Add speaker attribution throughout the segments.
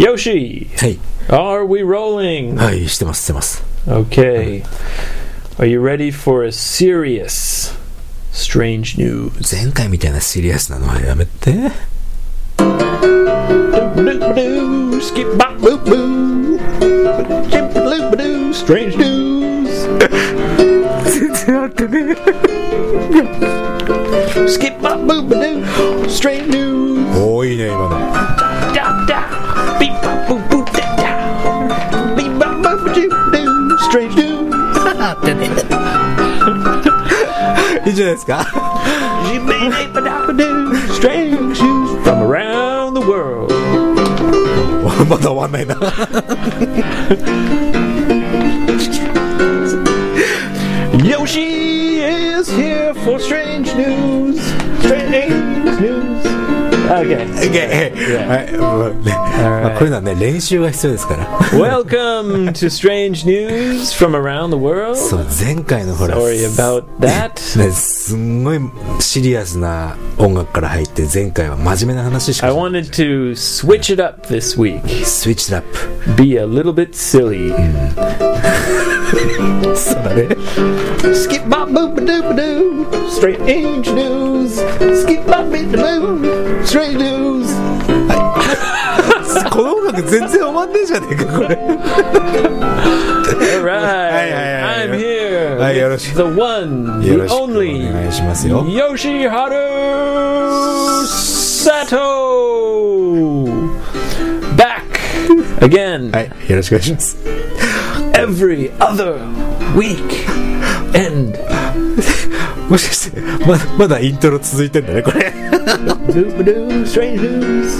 Speaker 1: Yoshi,
Speaker 2: はい。
Speaker 1: are we rolling?
Speaker 2: はい、してます、してます。
Speaker 1: Okay. Are you ready for a serious strange news?
Speaker 2: 前回みたいなシリアスなのはやめて。
Speaker 1: Doo-doo-doo, skip bop boo boo. Skip-a-doo-ba-doo, Strange news.
Speaker 2: 全然合ってね。
Speaker 1: Skip bop boo doo. Strange news.
Speaker 2: おお、いいね、今の。
Speaker 1: Da da. Beep bop boo boo da da. Beep bop boo doo doo. Strange news.
Speaker 2: いいじゃないですか。
Speaker 1: Beep-a-doo-ba-doo, Strange news from around the world.
Speaker 2: まだ終わん ないな。
Speaker 1: Yoshi is here for strange news. Strange news. Okay.
Speaker 2: はい、もうねまあ、こういうのはね、練習が必要ですから。
Speaker 1: Welcome to strange news from around the
Speaker 2: そ
Speaker 1: world.
Speaker 2: う、前回のほら。
Speaker 1: Sorry about that.
Speaker 2: ね、すんごいシリアスな音楽から入って前回は真面目な話しか
Speaker 1: I
Speaker 2: しない
Speaker 1: wanted to switch it up this week.
Speaker 2: スイッチラップ
Speaker 1: Be a little bit silly.
Speaker 2: そうだね
Speaker 1: Skip bop boop a doop a doo. Strange news. Skip bop boop a doo. Strange news.
Speaker 2: この音楽全然終わんねえじゃねえかこれ
Speaker 1: All right.
Speaker 2: Hey, hey, hey.
Speaker 1: I'm here.
Speaker 2: Hey,
Speaker 1: with
Speaker 2: Yoroshi.
Speaker 1: the one,
Speaker 2: よ
Speaker 1: the
Speaker 2: ろしくお
Speaker 1: only.
Speaker 2: 願いしますよ
Speaker 1: Yoshiharu Sato! Back again
Speaker 2: はいよろしくお願いします
Speaker 1: every other week. And
Speaker 2: もしかしてまだまだイントロ続いてんだねこ れ
Speaker 1: doo-ba-doo, strange news.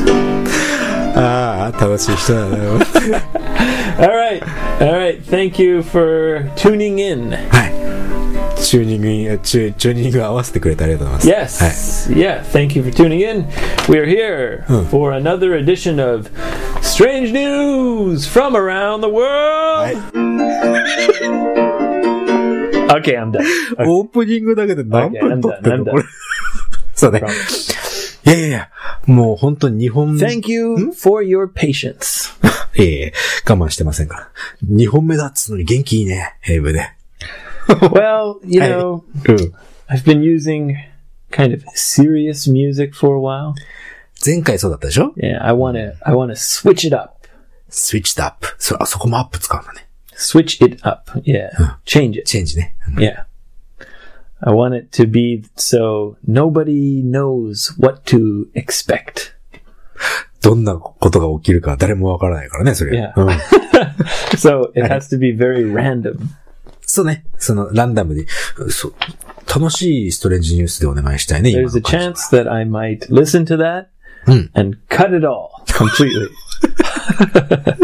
Speaker 2: ああ楽しい人だね
Speaker 1: All right, all right. Thank you for tuning in.
Speaker 2: はいチューニングにチュチューニング合わせてくれてありがとうございます
Speaker 1: Yes, yeah. Thank you for tuning in. We are here for another edition of strange news from around the world. Okay, I'm done.
Speaker 2: はい、オープニングだけで何
Speaker 1: Okay,
Speaker 2: 分
Speaker 1: I'm
Speaker 2: 撮っ
Speaker 1: done.
Speaker 2: てん
Speaker 1: I'm
Speaker 2: のこれ
Speaker 1: done.
Speaker 2: そうねいやいやいやもう本当に日本
Speaker 1: Thank you for your patience.
Speaker 2: ええ我慢してませんから。二本目だっつうのに元気いいね、英語で。
Speaker 1: Well, you know,
Speaker 2: うん。
Speaker 1: I've been using kind of serious music for a while.
Speaker 2: 前回そうだったでしょ
Speaker 1: Yeah, I want to I want to switch it up.
Speaker 2: スイッチとアップ。そ、あそこもアップ使うんだね。
Speaker 1: Switch it up. Yeah. Change it.
Speaker 2: チェンジね。
Speaker 1: Yeah. I want it to be so nobody knows what to expect.
Speaker 2: どんなことが起きるか誰もわからないからね、それ。
Speaker 1: いや
Speaker 2: うん。
Speaker 1: So it has to be very random.
Speaker 2: そうね。その、ランダムで。そう。楽しいストレンジニュースでお願いしたいね、今
Speaker 1: There's
Speaker 2: の
Speaker 1: a
Speaker 2: 感じ。
Speaker 1: chance that I might listen to that and cut it all completely.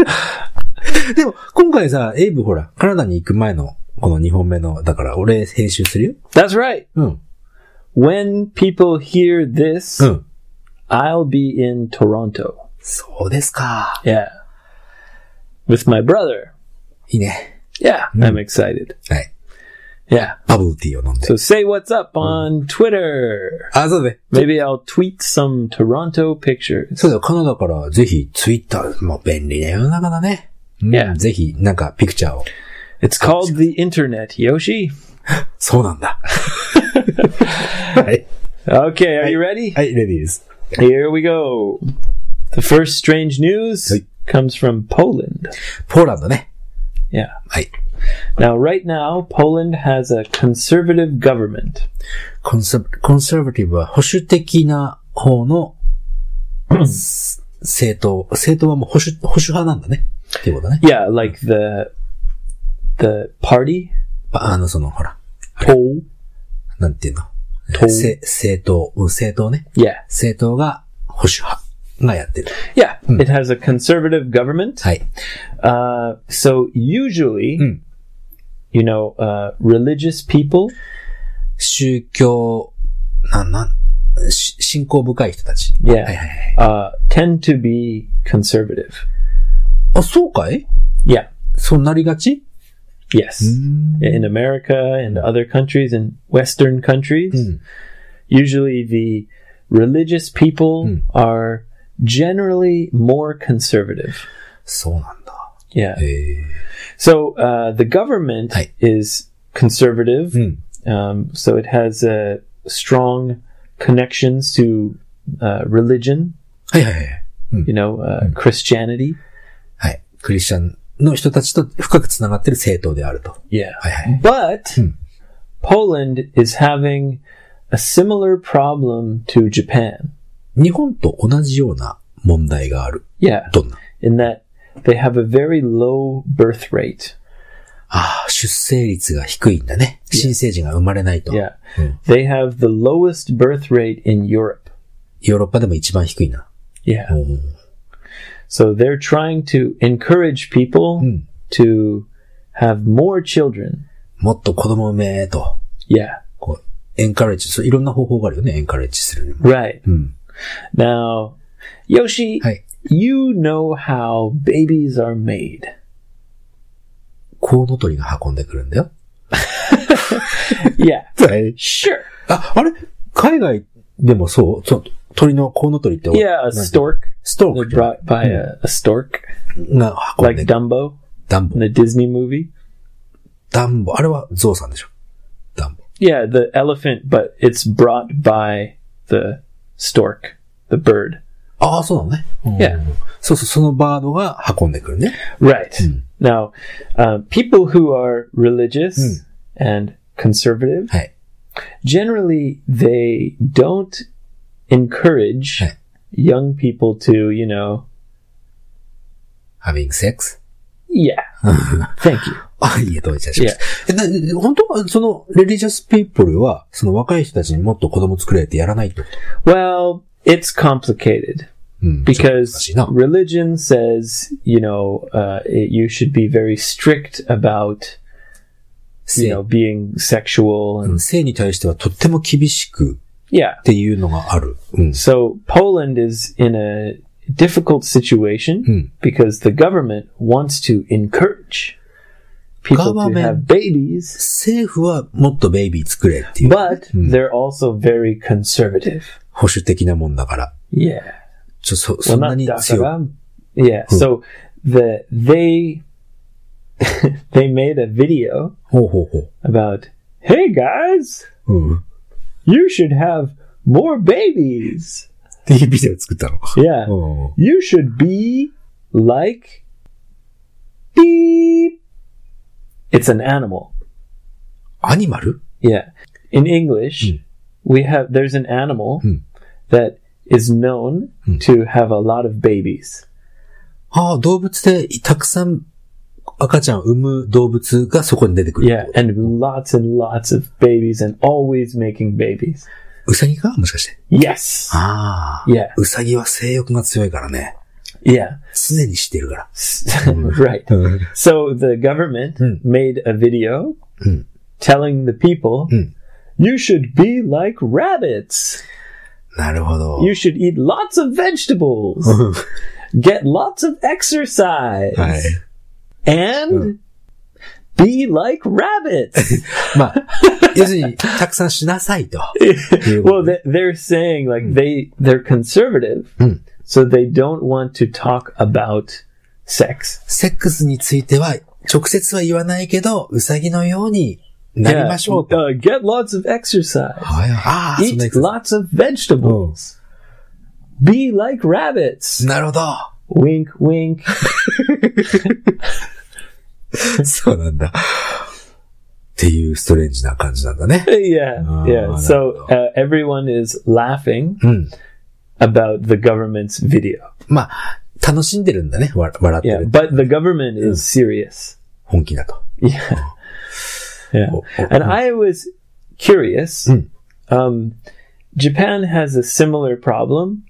Speaker 2: でも、今回さ、エイブほら、カナダに行く前の、この二本目の、だから俺編集するよ。
Speaker 1: That's right.
Speaker 2: うん。
Speaker 1: When people hear this,
Speaker 2: うん。
Speaker 1: I'll be in Toronto.
Speaker 2: そうですか。
Speaker 1: Yeah. With my brother.
Speaker 2: いいね。
Speaker 1: Yeah, I'm excited.
Speaker 2: はい。
Speaker 1: Yeah.
Speaker 2: バブルティーを飲んで。
Speaker 1: So say what's up on Twitter.
Speaker 2: あ、そうね。
Speaker 1: Maybe I'll tweet some Toronto pictures.
Speaker 2: そうだよ、カナダからぜひツイッター、もう便利な世の中だね。うん
Speaker 1: Yeah.
Speaker 2: ぜひ、なんかピクチャーを。
Speaker 1: It's called the internet, Yoshi.
Speaker 2: そうな んだ。はい。
Speaker 1: Okay, are you ready?
Speaker 2: はい、レディーです。
Speaker 1: Here we go. The first strange news
Speaker 2: Hey.
Speaker 1: comes from Poland.
Speaker 2: ポーランドね。
Speaker 1: Yeah.
Speaker 2: はい。
Speaker 1: Now, right now, Poland has a conservative government.
Speaker 2: コンサコンサバティブは保守的な方のす政党。政党はもう保守、保守派なんだね。っていうことね。
Speaker 1: Yeah, like the the party.
Speaker 2: ああの、その、ほら、
Speaker 1: Po.
Speaker 2: なんていうの。
Speaker 1: 党
Speaker 2: せ政党、うん政党ね。
Speaker 1: Yeah.
Speaker 2: 政党が保守派がやってる。
Speaker 1: Yeah, it has a conservative government.
Speaker 2: はい。
Speaker 1: Uh, so usually,
Speaker 2: Mm.
Speaker 1: you know, uh, religious people.
Speaker 2: 宗教、なんなん、し信仰深い人たち。
Speaker 1: Yeah.
Speaker 2: はいはいはい。
Speaker 1: Uh, tend to be conservative.
Speaker 2: あ、そうかい
Speaker 1: Yeah.
Speaker 2: そうなりがち
Speaker 1: Yes.
Speaker 2: Hmm.
Speaker 1: In America and other countries and Western countries, usually the religious people are generally more conservative.
Speaker 2: そうなんだ。
Speaker 1: Yeah.
Speaker 2: ええ
Speaker 1: So uh, the government
Speaker 2: Hi.
Speaker 1: is conservative.
Speaker 2: うん。
Speaker 1: Um, so it has uh, strong connections to uh, religion,
Speaker 2: はいはいはい。
Speaker 1: you know, uh, Christianity.
Speaker 2: はい。クリスチャンの人たちと深く繋がってる政党であると。
Speaker 1: Yeah.
Speaker 2: はいはい。
Speaker 1: But
Speaker 2: Hmm.
Speaker 1: Poland is having a similar problem to Japan.
Speaker 2: 日本と同じような問題がある。
Speaker 1: Yeah.
Speaker 2: どんな
Speaker 1: In that they have a very low birth rate.
Speaker 2: ああ、出生率が低いんだね。新生児が生まれないと。ヨ
Speaker 1: Yeah. They have the lowest birth rate in Europe.
Speaker 2: ーロッパでも一番低いな。
Speaker 1: Yeah.
Speaker 2: おー
Speaker 1: So they're trying to encourage people
Speaker 2: Hmm.
Speaker 1: to have more children.
Speaker 2: もっと子供産めーと。
Speaker 1: Yeah.
Speaker 2: こう、エンカレッジ、そういろんな方法があるよね、エンカレッジするにも。
Speaker 1: Right.
Speaker 2: Hmm.
Speaker 1: Now, Yoshi,
Speaker 2: はい。
Speaker 1: you know how babies are made.
Speaker 2: コウノトリが運んでくるんだよ。
Speaker 1: Yeah.
Speaker 2: はい。
Speaker 1: Sure.
Speaker 2: あ、あれ海外でもそうそう鳥のコウノトリって、
Speaker 1: Yeah,
Speaker 2: なん
Speaker 1: a
Speaker 2: て
Speaker 1: stork.
Speaker 2: ストー
Speaker 1: They're
Speaker 2: クじゃん
Speaker 1: brought by a, a stork,
Speaker 2: が運ん
Speaker 1: like
Speaker 2: でくる。
Speaker 1: Dumbo
Speaker 2: ダン
Speaker 1: in
Speaker 2: ボ。
Speaker 1: the Disney movie.
Speaker 2: ダンボ。あれはゾウさんでしょ。ダンボ。
Speaker 1: Yeah, the elephant, but it's brought by the stork, the bird.
Speaker 2: ああ、そうなのね。うん
Speaker 1: Yeah.
Speaker 2: そうそう、そのバードが運んでくるね。
Speaker 1: Right. Now, uh, people who are religious and conservative,
Speaker 2: はい。
Speaker 1: generally, they don't encourage
Speaker 2: Hey.
Speaker 1: young people to, you know,
Speaker 2: having sex?
Speaker 1: yeah, thank you.
Speaker 2: あ、いいえ、どういたしました。えな本当は、その、レリジャスピープルは、その若い人たちにもっと子供作れってやらないってこと
Speaker 1: Well, it's complicated
Speaker 2: うん。
Speaker 1: because
Speaker 2: ちょっと難しいな。
Speaker 1: religion says, you know, uh, it, you should be very strict about, you
Speaker 2: 性
Speaker 1: know, being sexual
Speaker 2: う
Speaker 1: and
Speaker 2: ん性に対してはとっても厳しく
Speaker 1: yeah.
Speaker 2: っていうのがある。うん。
Speaker 1: So Poland is in a difficult situation
Speaker 2: Hmm.
Speaker 1: because the government wants to encourage people to have
Speaker 2: Government.
Speaker 1: babies,
Speaker 2: 政府はもっとベイビー作れっていう。
Speaker 1: but
Speaker 2: Hmm.
Speaker 1: they're also very conservative.
Speaker 2: 保守的なもんだから。
Speaker 1: Yeah.
Speaker 2: ちょ、そ、
Speaker 1: Well,
Speaker 2: そんな
Speaker 1: not
Speaker 2: に強く。
Speaker 1: Dakara. Yeah.
Speaker 2: Hmm.
Speaker 1: So the they they made a video
Speaker 2: ほうほうほ
Speaker 1: about, "Hey guys,
Speaker 2: う。うん。っ
Speaker 1: you should have more babies."
Speaker 2: ていうビデオ作ったの。
Speaker 1: Yeah.
Speaker 2: うん。
Speaker 1: You should be like beep. It's an animal.
Speaker 2: アニマル
Speaker 1: Yeah. In English,
Speaker 2: Mm.
Speaker 1: we have there's an animal
Speaker 2: Mm.
Speaker 1: that is known to have a lot of babies.
Speaker 2: ああ、動物でたくさん赤ちゃんを産む動物がそこに出てくるって
Speaker 1: Yeah,
Speaker 2: こと。
Speaker 1: and lots and lots of babies and always making babies.
Speaker 2: ウサギかもしかして。
Speaker 1: Yes.
Speaker 2: Ah. ああ。
Speaker 1: Yeah.
Speaker 2: ウサギは性欲が強いからね。
Speaker 1: Yeah.
Speaker 2: 常にしてるから。
Speaker 1: right.
Speaker 2: Hmm.
Speaker 1: So the government
Speaker 2: Mm.
Speaker 1: made a video
Speaker 2: Mm.
Speaker 1: telling the people
Speaker 2: Mm.
Speaker 1: you should be like rabbits.
Speaker 2: なるほど。
Speaker 1: You should eat lots of vegetables,
Speaker 2: うん
Speaker 1: get lots of exercise,
Speaker 2: はい。
Speaker 1: and be like rabbits.
Speaker 2: まあ、要するに、たくさんしなさいと。いうこ
Speaker 1: well,
Speaker 2: とで
Speaker 1: they, they're saying like they they're conservative,
Speaker 2: Mm.
Speaker 1: so they don't want to talk about sex.
Speaker 2: セックスについては、直接は言わないけど、ウサギのようになり
Speaker 1: Yeah.
Speaker 2: ましょうと。
Speaker 1: Uh, get lots of exercise,
Speaker 2: はいはいああ、そんな
Speaker 1: eat lots of vegetables, be like rabbits.
Speaker 2: なるほど。
Speaker 1: Wink, wink.
Speaker 2: そうなんだ。っていうストレンジな感じなんだ ね。
Speaker 1: yeah, yeah.
Speaker 2: Ah,
Speaker 1: So uh, everyone is laughing
Speaker 2: Mm.
Speaker 1: about the government's video.
Speaker 2: まあ、楽しんでるんだね。わ笑って
Speaker 1: Yeah,
Speaker 2: る。
Speaker 1: but the government is
Speaker 2: Hmm.
Speaker 1: serious.
Speaker 2: 本気だと。
Speaker 1: Yeah. yeah.
Speaker 2: Oh, oh,
Speaker 1: And
Speaker 2: oh.
Speaker 1: I was curious.
Speaker 2: Mm.
Speaker 1: Um, Japan has a similar problem,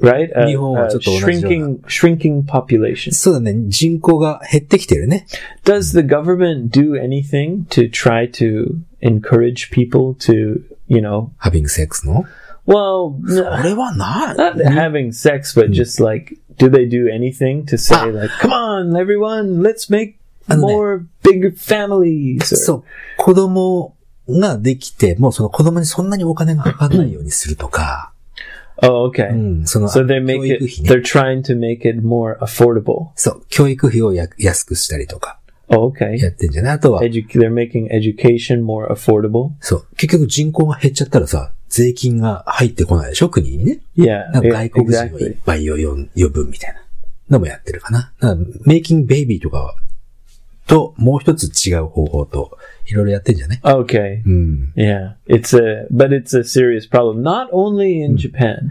Speaker 1: right? A-
Speaker 2: Nihonは
Speaker 1: a
Speaker 2: ちょっと同じよう
Speaker 1: shrinking,
Speaker 2: な。
Speaker 1: shrinking population.
Speaker 2: そうだね。人口が減ってきてるね。
Speaker 1: Does the government do anything to try to encourage people to, you know,
Speaker 2: ハビングセックスの。
Speaker 1: well, n-
Speaker 2: 俺はな
Speaker 1: not having sex, but just like, do they do anything to say
Speaker 2: Ah.
Speaker 1: like, come on, everyone, let's make
Speaker 2: あのね。
Speaker 1: more big families? or-
Speaker 2: そう。子供ができて、もうその子供にそんなにお金がかかんないようにするとか、
Speaker 1: Oh, okay.
Speaker 2: うん、その、
Speaker 1: So they make
Speaker 2: 教育費
Speaker 1: it,
Speaker 2: ね。
Speaker 1: they're trying to make it more affordable.
Speaker 2: そう、教育費をや安くしたりとか、
Speaker 1: Oh, okay.
Speaker 2: やってんじゃないあとは、
Speaker 1: Edu- they're making education more affordable.
Speaker 2: そう、結局人口が減っちゃったらさ、税金が入ってこないでしょ国にね。
Speaker 1: Yeah,
Speaker 2: なんか
Speaker 1: yeah,
Speaker 2: 外国人をいっ
Speaker 1: exactly.
Speaker 2: ぱいよよ呼ぶみたいなのもやってるかな。だからメイキングベイビーとかは、と、もう一つ違う方法と、いろいろやってんじゃない
Speaker 1: Okay.
Speaker 2: うん。
Speaker 1: Yeah, it's a but it's a serious problem. Not only in Japan.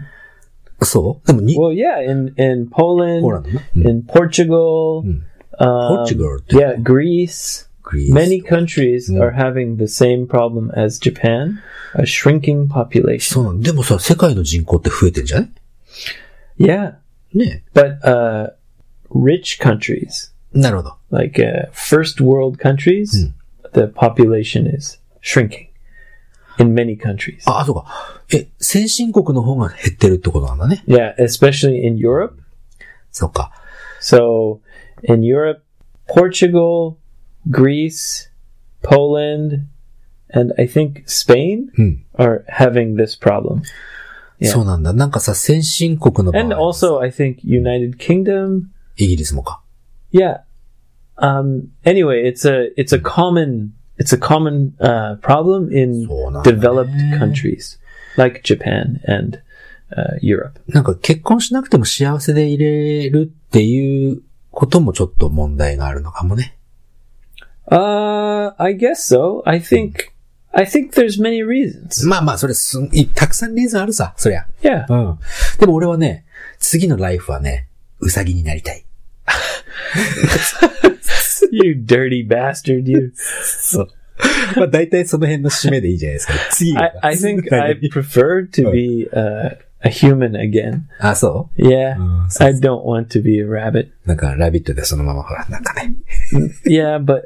Speaker 2: そうでもに、
Speaker 1: Well, yeah, in in
Speaker 2: ポーラン
Speaker 1: Poland, Mm.
Speaker 2: ドね。
Speaker 1: in Portugal, um,
Speaker 2: Portugal,
Speaker 1: Yeah, Greece.
Speaker 2: グリーン
Speaker 1: Many countries are having the same problem as Japan, a shrinking population.
Speaker 2: そうなの。でもさ、世界の人口って増えてんじゃない
Speaker 1: Yeah,
Speaker 2: ね
Speaker 1: but uh, rich countries
Speaker 2: なるほど。
Speaker 1: like uh, first world countries, the population is shrinking in many countries.
Speaker 2: あ、あそうか。え、先進国の方が減ってるってことなんだね。
Speaker 1: Yeah, especially in Europe.
Speaker 2: そうか。
Speaker 1: So in Europe, Portugal, Greece, Poland, and I think Spain are having this problem. Yeah.
Speaker 2: そうなんだ。なんかさ、先進国の場
Speaker 1: And
Speaker 2: 合、
Speaker 1: also, I think United Kingdom.
Speaker 2: イギリスもか。
Speaker 1: Yeah. Um, anyway, it's a it's a common it's a common uh, problem in
Speaker 2: そうなんだね。
Speaker 1: developed countries like Japan and uh, Europe.
Speaker 2: なんか結婚しなくても幸せでいれるっていうこともちょっと問題があるのかもね。
Speaker 1: Uh, I guess so. I think I think there's many reasons.
Speaker 2: まあまあ、それすん、いたくさんリーズンあるさ、そりゃ。
Speaker 1: Yeah.
Speaker 2: うん。でも俺はね、次のライフはね、うさぎになりたい。
Speaker 1: you dirty bastard, you.
Speaker 2: そう。 まあ大体その辺の締めでいいじゃない ですか。次
Speaker 1: I, I think I prefer to be uh, a human again.
Speaker 2: あ、そ
Speaker 1: Yeah.
Speaker 2: Mm, so-
Speaker 1: I don't want to be a rabbit.
Speaker 2: うなんか、ラビットでそのままほら、なんかね。
Speaker 1: Yeah, but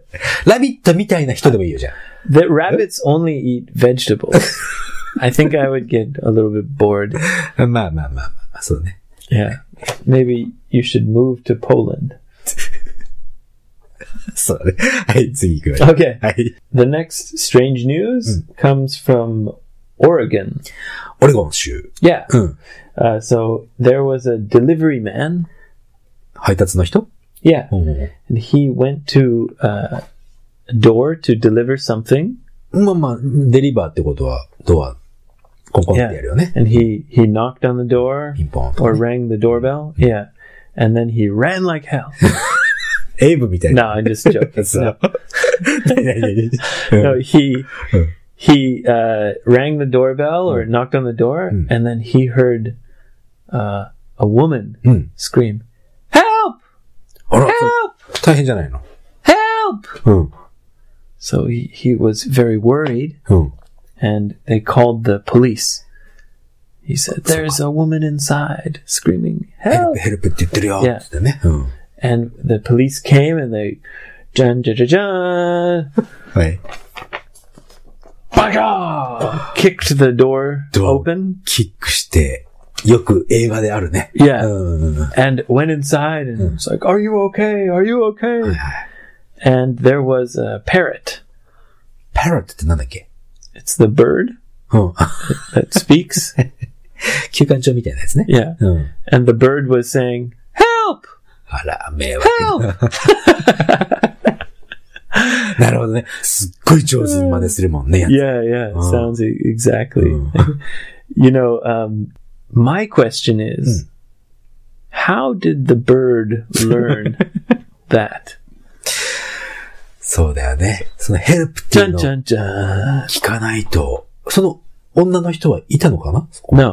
Speaker 2: ラビットみたいな人でもいいよ、じゃん
Speaker 1: the rabbits only eat vegetables. I think I would get a little bit bored.
Speaker 2: まあまあまあまあまあ、そうね。
Speaker 1: Yeah. Maybe you should move to Poland.
Speaker 2: そうだね。はい、次行くわよ。
Speaker 1: Okay.
Speaker 2: はい。
Speaker 1: The next strange news comes from Oregon.
Speaker 2: オレゴン州。
Speaker 1: Yeah.
Speaker 2: うん。
Speaker 1: Uh, so there was a delivery man.
Speaker 2: 配達の人
Speaker 1: Yeah.
Speaker 2: うん。
Speaker 1: And he went to uh, a door to deliver something.
Speaker 2: まあまあ、デリバーってことは、ドア、コンコンってやるよね。
Speaker 1: and he he knocked on the door
Speaker 2: ピンポンと
Speaker 1: or
Speaker 2: ね。
Speaker 1: rang the doorbell. Yeah, and then he ran like hell.
Speaker 2: エイブみたい
Speaker 1: No,
Speaker 2: な。
Speaker 1: I'm just joking.
Speaker 2: そう
Speaker 1: No,
Speaker 2: 何何何うん
Speaker 1: no he he uh, rang the doorbell or knocked on the door, and then he heard uh, a woman
Speaker 2: Mm.
Speaker 1: scream, "Help!
Speaker 2: あら、
Speaker 1: Help!
Speaker 2: それ大変じゃないの
Speaker 1: Help!"
Speaker 2: うん。
Speaker 1: So he, he was very worried,
Speaker 2: うん。
Speaker 1: and they called the police. He said, "There's a woman inside screaming
Speaker 2: ヘル
Speaker 1: help."
Speaker 2: プ、ヘルプって言ってるよ。
Speaker 1: Yeah.
Speaker 2: つってね。うん。
Speaker 1: And the police came and they, dun, dun, dun, dun,
Speaker 2: はい。
Speaker 1: back off, kicked the door,
Speaker 2: Door.
Speaker 1: open.
Speaker 2: キックして、よく映画であるね。
Speaker 1: Yeah.
Speaker 2: うん。は
Speaker 1: And went inside and was like, Are you okay? Are you
Speaker 2: い
Speaker 1: okay?
Speaker 2: はい。
Speaker 1: And there was a parrot.
Speaker 2: パロットってなんだっけ
Speaker 1: It's the bird
Speaker 2: うん。
Speaker 1: that speaks.
Speaker 2: 休館長みたいなやつね。
Speaker 1: yeah.
Speaker 2: うん。
Speaker 1: And the bird was saying, Help!
Speaker 2: あら、迷惑。
Speaker 1: Help!
Speaker 2: なるほどね。すっごい上手に真似するもんね。やつ
Speaker 1: yeah, yeah.
Speaker 2: Oh.
Speaker 1: Sounds e- exactly.
Speaker 2: うん
Speaker 1: You know, um, my question is, how did the bird learn that?
Speaker 2: そうだよね。そのヘルプって
Speaker 1: じ
Speaker 2: い
Speaker 1: ゃ
Speaker 2: うんのを
Speaker 1: じゃんじゃん。
Speaker 2: 聞かないと、その女の人はいたのかな
Speaker 1: No.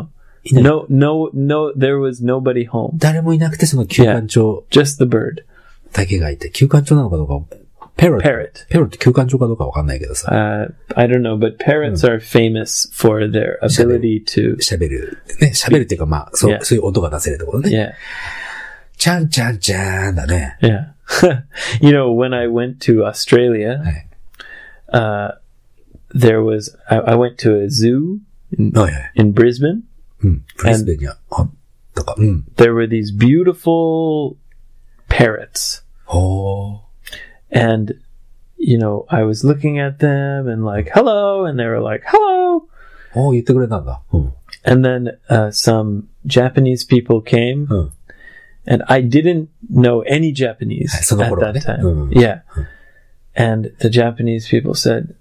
Speaker 2: ない
Speaker 1: No, no, no, there was nobody home.
Speaker 2: 誰もいなくてその休館長
Speaker 1: Just the bird.
Speaker 2: だけがいて、休館長なのかどうか、ペロット
Speaker 1: Parrot.
Speaker 2: ペロって休館長かどうかわかんないけどさ、
Speaker 1: Uh, I don't know, but parrots are famous for their ability to.
Speaker 2: 喋る。ね、喋るっていうかまあ、そう、
Speaker 1: Yeah.
Speaker 2: そういう音が出せるってことね。
Speaker 1: Yeah,
Speaker 2: ちゃんちゃんちゃんだね。
Speaker 1: yeah. you know, when I went to Australia,
Speaker 2: はい。
Speaker 1: uh, there was, I, I went to a zoo
Speaker 2: はいはい。
Speaker 1: in Brisbane.
Speaker 2: うん。プレスベにはあったか。うん。
Speaker 1: There were these beautiful parrots.
Speaker 2: ほー。
Speaker 1: And, you know, I was looking at them and like, hello. And they were like, hello.
Speaker 2: おー、言ってくれたんだ。うん。
Speaker 1: And then uh, some Japanese people came,
Speaker 2: うん。
Speaker 1: and I didn't know any Japanese
Speaker 2: その
Speaker 1: at
Speaker 2: 頃は
Speaker 1: that
Speaker 2: ね
Speaker 1: time.
Speaker 2: うん。
Speaker 1: Yeah. And the Japanese people said,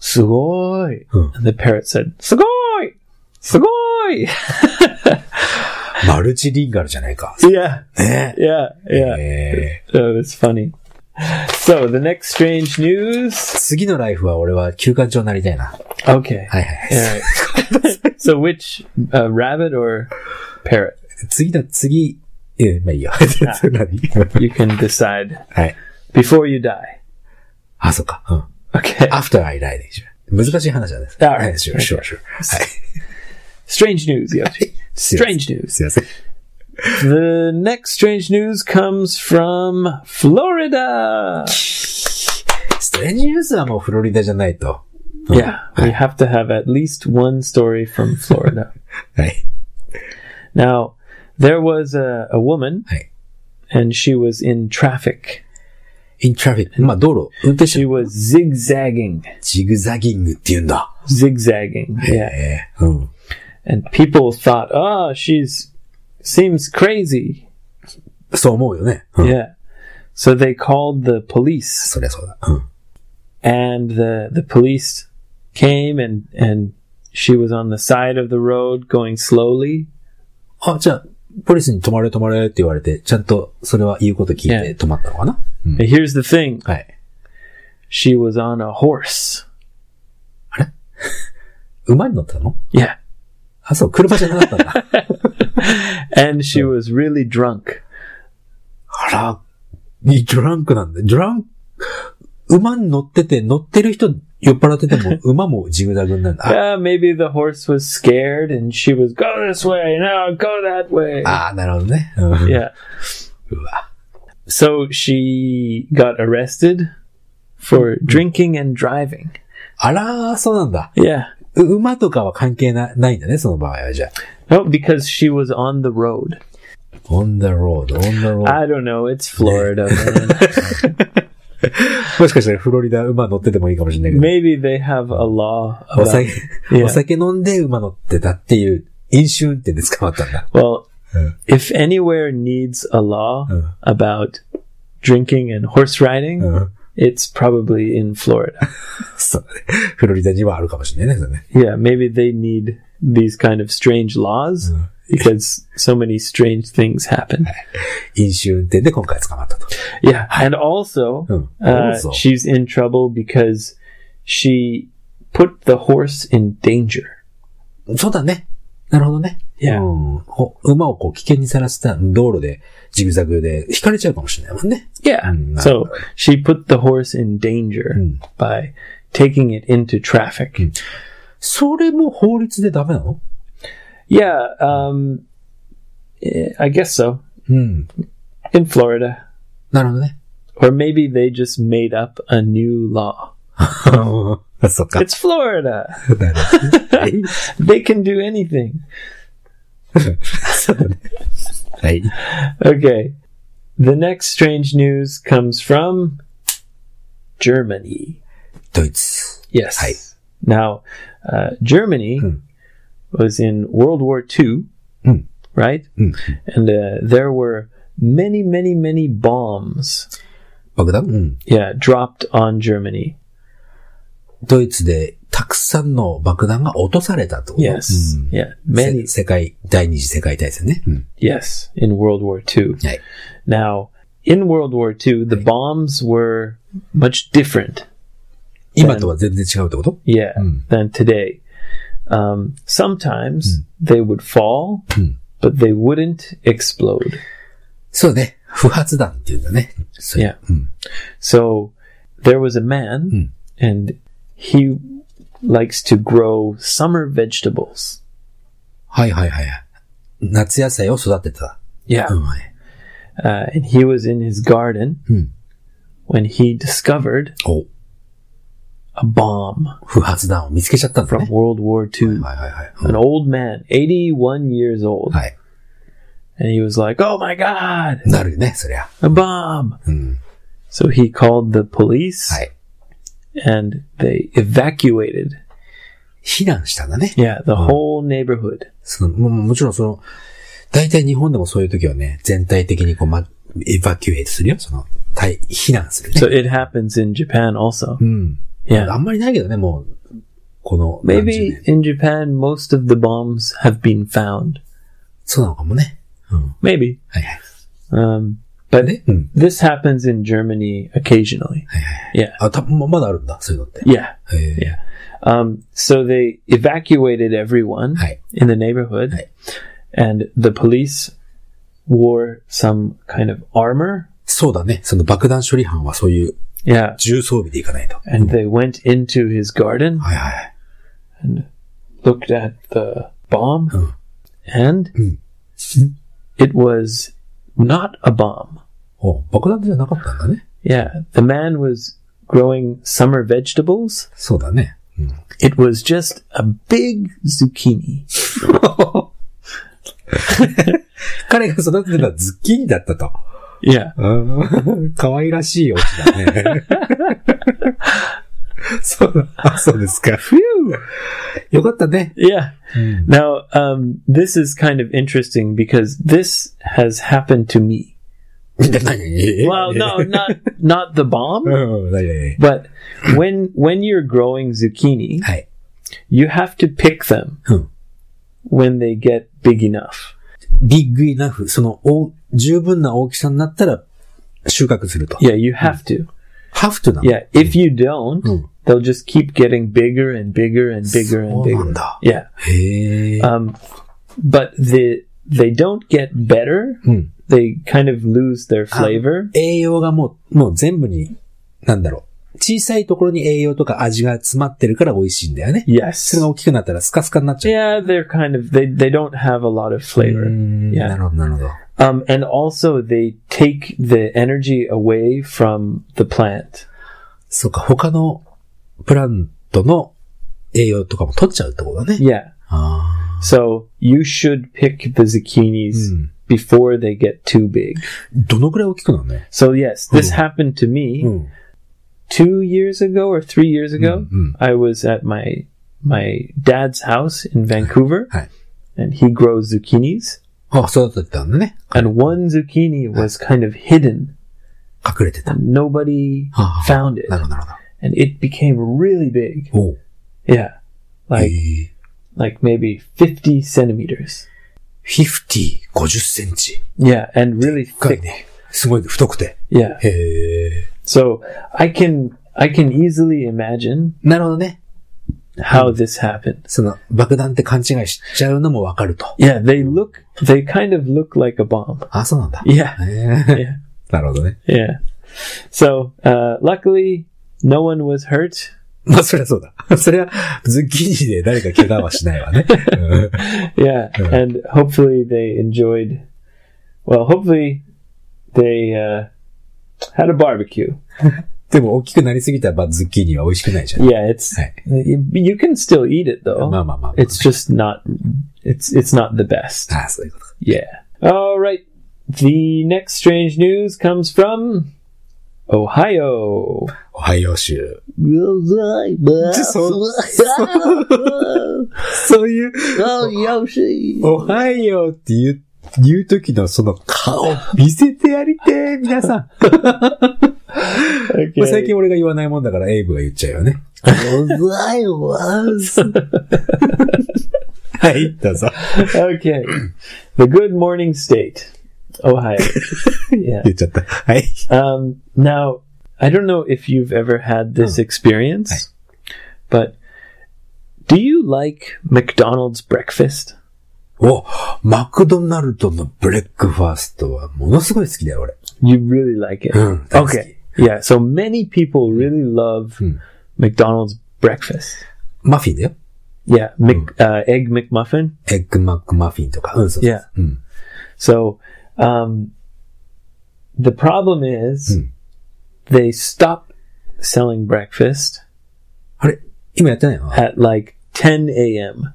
Speaker 1: Sugoi.
Speaker 2: うん
Speaker 1: And the parrot said, Sugoi! Sugoi!
Speaker 2: マルチリンガルじゃないか。
Speaker 1: yeah,
Speaker 2: ね
Speaker 1: yeah,
Speaker 2: え
Speaker 1: yeah.
Speaker 2: えー
Speaker 1: So it's funny. So the next strange news.
Speaker 2: 次のライフは俺は休館長になりたいな。は
Speaker 1: Okay.
Speaker 2: いはいはい。
Speaker 1: All right. so which uh, rabbit or parrot?
Speaker 2: 次だ、次、えー、 まあいいよ。何
Speaker 1: You can decide
Speaker 2: はい。
Speaker 1: before you die.
Speaker 2: あ、そっか。うん。
Speaker 1: Okay.
Speaker 2: after I die でしょ。難しい話なんです。
Speaker 1: あ
Speaker 2: はい、sure, sure, sure. はい。
Speaker 1: Strange news, Yoshi.
Speaker 2: すいません
Speaker 1: Strange news.
Speaker 2: すいません。
Speaker 1: The next strange news comes from Florida.
Speaker 2: ストレンジニュースはもうフロリダじゃないと。うん
Speaker 1: Yeah, we have to have at least one story from Florida.
Speaker 2: はい。
Speaker 1: now, there was a, a woman,
Speaker 2: Hey.
Speaker 1: and she was in traffic.
Speaker 2: in traffic. まあ道路、運転手
Speaker 1: She was zigzagging,
Speaker 2: ジグザギングって言うんだ。
Speaker 1: zigzagging. Yeah,
Speaker 2: ええうん。
Speaker 1: and people thought, "Oh, she's seems crazy."
Speaker 2: そう思うよね。うん。
Speaker 1: Yeah, so they called the police.
Speaker 2: そりゃそうだ。うん。
Speaker 1: and the the police came and and she was on the side of the road going slowly
Speaker 2: あ、じゃあ、ポリスに止まれ止まれって言われて、ちゃんとそれは言うこと聞い
Speaker 1: Yeah.
Speaker 2: て止まったのかな、うん。
Speaker 1: and here's the thing
Speaker 2: はい。
Speaker 1: she was on a horse
Speaker 2: 馬に乗ってたの
Speaker 1: yeah
Speaker 2: あ、そう、車じゃなかったんだ。
Speaker 1: and she was really drunk
Speaker 2: あら、いドランクなんだ。ドランク、馬に乗ってて、乗ってる人酔っ払ってて も、馬もジグザグになるんだ。あ
Speaker 1: uh, maybe the horse was scared and she was go this way no go that way
Speaker 2: あー、なるほどね。うん
Speaker 1: yeah
Speaker 2: うわ。
Speaker 1: so she got arrested for drinking and driving
Speaker 2: あらー、そうなんだ。
Speaker 1: yeah
Speaker 2: う馬とかは関係なないんだね、その場合は。じゃあ。
Speaker 1: no because she was on the road
Speaker 2: on the road, on the road.
Speaker 1: i don't know it's florida man
Speaker 2: もしかしたらフロリダ馬乗っててもいいかもしれないけど。
Speaker 1: Maybe they have a law
Speaker 2: お
Speaker 1: about
Speaker 2: 酒、
Speaker 1: Yeah.
Speaker 2: お酒飲んで馬乗ってたっていう飲酒運転で捕まったんだ。
Speaker 1: well,
Speaker 2: Yeah.
Speaker 1: if anywhere needs a law
Speaker 2: Yeah.
Speaker 1: about drinking and horse riding,
Speaker 2: うん。
Speaker 1: it's probably in Florida.
Speaker 2: そうだね。フロリダにはあるかもしれないですよね。
Speaker 1: yeah, maybe they need these kind of strange laws because so many strange things happen.
Speaker 2: 飲酒運転で今回捕まったと。
Speaker 1: Yeah, and also,
Speaker 2: Hmm.
Speaker 1: uh,
Speaker 2: Also.
Speaker 1: she's in trouble because she put the horse in danger.
Speaker 2: そうだね。なるほどね。
Speaker 1: Yeah.
Speaker 2: うんほ馬をこう危険にさらした道路でジグザグで引かれちゃうかもしれないもんね。
Speaker 1: Yeah.
Speaker 2: Mm,
Speaker 1: So she put the horse in danger
Speaker 2: Mm.
Speaker 1: by taking it into traffic.
Speaker 2: それも法律でダメなの
Speaker 1: Yeah, um, eh, I guess so.
Speaker 2: うん。
Speaker 1: In Florida.
Speaker 2: なるほどね。
Speaker 1: Or maybe they just made up a new law.
Speaker 2: あ そっ か。
Speaker 1: It's Florida.
Speaker 2: なるほどね
Speaker 1: They can do anything.
Speaker 2: そうだね。はい。
Speaker 1: Okay. The next strange news comes from Germany.
Speaker 2: ドイツ。
Speaker 1: Yes.
Speaker 2: Hi.
Speaker 1: Now, uh, Germany
Speaker 2: Hmm.
Speaker 1: was in World War II,
Speaker 2: Hmm.
Speaker 1: right?
Speaker 2: Hmm.
Speaker 1: And uh, there were many, many, many bombs,
Speaker 2: 爆弾うん。
Speaker 1: yeah, dropped on Germany.
Speaker 2: ドイツでたくさんの爆弾が落とされたってこと
Speaker 1: Yes.
Speaker 2: うん
Speaker 1: Yeah.
Speaker 2: せ
Speaker 1: Many.
Speaker 2: 世界、第二次世界大戦ね。うん。
Speaker 1: Yes. In World War II.
Speaker 2: Right.
Speaker 1: Now, in World War II, the bombs were much different.
Speaker 2: 今とは全然違うってこと
Speaker 1: Yeah.
Speaker 2: Mm.
Speaker 1: Than today. Um, sometimes they would fall, but they wouldn't explode.
Speaker 2: そうね。不発弾っていうんだね。そう
Speaker 1: Yeah.
Speaker 2: うん。
Speaker 1: So there was a man,
Speaker 2: Mm.
Speaker 1: and he likes to grow summer vegetables.
Speaker 2: はいはいはいはい。夏野菜を育てた。
Speaker 1: Yeah.
Speaker 2: うんはい。
Speaker 1: Uh, and he was in his garden
Speaker 2: Mm.
Speaker 1: when he discovered
Speaker 2: お、
Speaker 1: a bomb.
Speaker 2: 不発弾を見つけちゃったんだ
Speaker 1: from
Speaker 2: ね。
Speaker 1: World War II.
Speaker 2: はいはいはい。うん
Speaker 1: An old man, 81 years old.
Speaker 2: はい。
Speaker 1: And he was like, oh my God,
Speaker 2: なるよね、そりゃ。
Speaker 1: a bomb.
Speaker 2: うん。
Speaker 1: So he called the police
Speaker 2: はい。
Speaker 1: and they evacuated
Speaker 2: 避難したんだね。
Speaker 1: Yeah, the whole neighborhood.
Speaker 2: そのももちろんその、大体日本でもそういう時はね、全体的にこう、ま、エバキュエイトするよ。その、対、避難するね。
Speaker 1: So it happens in Japan also.
Speaker 2: うん。あ
Speaker 1: Yeah.
Speaker 2: んまりないけどね、もう、この、何十
Speaker 1: Maybe
Speaker 2: 年
Speaker 1: in Japan most of the bombs have been found.
Speaker 2: そうなのかもね。うん。
Speaker 1: Maybe.
Speaker 2: はいはい。
Speaker 1: Um, but
Speaker 2: ね。うん。
Speaker 1: this happens in Germany occasionally.
Speaker 2: はいはい。
Speaker 1: Yeah.
Speaker 2: あ、た、ままだあるんだ、そういうのって。
Speaker 1: Yeah.
Speaker 2: へえ。
Speaker 1: Um, so they evacuated everyone
Speaker 2: はい。
Speaker 1: in the neighborhood,
Speaker 2: Right.
Speaker 1: and the police wore some kind of armor.
Speaker 2: そうだね。その爆弾処理班はそういう
Speaker 1: Yeah,
Speaker 2: 重装備で行かないと。はい
Speaker 1: and they went into his garden,
Speaker 2: はいはい。
Speaker 1: looked at the bomb,
Speaker 2: Oh.
Speaker 1: and Hmm. it was not a bomb.
Speaker 2: お爆弾じゃなかったんだね。
Speaker 1: Yeah, the man was growing summer vegetables.
Speaker 2: そうだね。
Speaker 1: It was just a big zucchini.
Speaker 2: 彼が育てたズッキーニだったと。
Speaker 1: Yeah,
Speaker 2: うん。可愛らしいお家 だね。そうだ。あ、そうですか。
Speaker 1: phew.
Speaker 2: よかったね。
Speaker 1: Yeah.
Speaker 2: うん。
Speaker 1: Now, um, this is kind of interesting because this has happened to me.
Speaker 2: 何
Speaker 1: Well, no, not not the bomb,
Speaker 2: うん、何々
Speaker 1: but when when you're growing zucchini,
Speaker 2: はい。
Speaker 1: you have to pick them
Speaker 2: Hmm.
Speaker 1: when they get big enough.
Speaker 2: ビッグイナフ。その、お、十分な大きさになったら、収穫すると。
Speaker 1: Yeah, you have to.
Speaker 2: ハフトなの
Speaker 1: Yeah, if you don't,
Speaker 2: Hmm.
Speaker 1: they'll just keep getting bigger and bigger and bigger and
Speaker 2: そ
Speaker 1: bigger.
Speaker 2: うなんだ。
Speaker 1: Yeah.
Speaker 2: へえ。
Speaker 1: Um, but the they don't get better.
Speaker 2: Hmm.
Speaker 1: They kind of lose their flavor.
Speaker 2: 栄養がもう、もう全部に、なんだろう。小さいところに栄養とか味が詰まってるから美味しいんだよね。そ
Speaker 1: Yes.
Speaker 2: れが大きくなったらスカスカになっちゃう。
Speaker 1: Yeah, they're kind of they they don't have a lot of
Speaker 2: う
Speaker 1: flavor.
Speaker 2: ーん
Speaker 1: Yeah.
Speaker 2: なるほど、なるほど。
Speaker 1: Um, and also they take the energy away from the plant.
Speaker 2: そうか、他のプラントの栄養とかも取っちゃうってことだね。
Speaker 1: Yeah.
Speaker 2: あ
Speaker 1: So you should pick the zucchinis
Speaker 2: Mm.
Speaker 1: before they get too big.
Speaker 2: ーどのくらい大きくなるのね。
Speaker 1: So yes, this
Speaker 2: Mm.
Speaker 1: happened to me
Speaker 2: うん。
Speaker 1: two years ago or three years ago.
Speaker 2: Mm, mm.
Speaker 1: I was at my my dad's house in Vancouver,
Speaker 2: Hi.
Speaker 1: and he grows zucchinis.
Speaker 2: あ、育ててたんだね。
Speaker 1: And one zucchini was kind of hidden.
Speaker 2: 隠れてた。
Speaker 1: Nobody
Speaker 2: Ah.
Speaker 1: found it,
Speaker 2: なるほど、なる
Speaker 1: and it became really big.
Speaker 2: ほど。おう
Speaker 1: Yeah,
Speaker 2: へ
Speaker 1: like
Speaker 2: え
Speaker 1: like maybe 50 centimeters.
Speaker 2: 50、50センチ。
Speaker 1: Yeah, and really
Speaker 2: 深い
Speaker 1: thick.
Speaker 2: ね。すごいね、太くて。
Speaker 1: Yeah.
Speaker 2: へえ。
Speaker 1: So I can I can easily imagine
Speaker 2: なるほどね。
Speaker 1: how this happened.
Speaker 2: その、爆弾って勘違いしちゃうのもわかると。
Speaker 1: Yeah, they look they kind of look like a bomb.
Speaker 2: あ、そうなんだ。
Speaker 1: Yeah.
Speaker 2: へえ
Speaker 1: Yeah.
Speaker 2: なるほどね。
Speaker 1: Yeah. So, uh luckily no one was hurt.
Speaker 2: まあ、そりゃそうだ。 そりゃ、ズッキーニで誰か怪我はしないわ ね。うん
Speaker 1: Yeah, and hopefully they enjoyed well, hopefully they uh had a barbecue.
Speaker 2: でも、大きくなりすぎたばズッキーニは美味しくないじゃん。
Speaker 1: Yeah, it's
Speaker 2: Right.
Speaker 1: you, you can still eat it though.
Speaker 2: まあまあまあ。
Speaker 1: It's just not it's it's not the best.
Speaker 2: ああ、そういうことか。
Speaker 1: Yeah. All right. The next strange news comes from Ohio.
Speaker 2: おはよう州。そう、 そういう、おはようって言う、言う時のその顔、見せてやりてー、皆 さん。まあ最
Speaker 1: okay.
Speaker 2: 近俺が言わないもんだから、エイブが言っちゃうよね。おはよう。 はい、どうぞ。
Speaker 1: okay. The Good Morning State, Ohio. yeah.
Speaker 2: 言っちゃった。はい。
Speaker 1: Um, now, I don't know if you've ever had this experience, but do you like McDonald's breakfast?
Speaker 2: お、マクドナルドのブレックファーストはものすごい好きだよ、俺。
Speaker 1: You really like it.
Speaker 2: Mm, that's
Speaker 1: okay. Yeah. So many people really love
Speaker 2: Mm.
Speaker 1: McDonald's breakfast.
Speaker 2: マフィンだよ。
Speaker 1: Yeah. Mc, uh, egg McMuffin.
Speaker 2: エッグマックマフィンとか。うん、そうそう
Speaker 1: Yeah.
Speaker 2: うん。
Speaker 1: So, um, the problem is
Speaker 2: Mm.
Speaker 1: they stopped selling breakfast
Speaker 2: あれ今やってないの
Speaker 1: at like 10 a.m.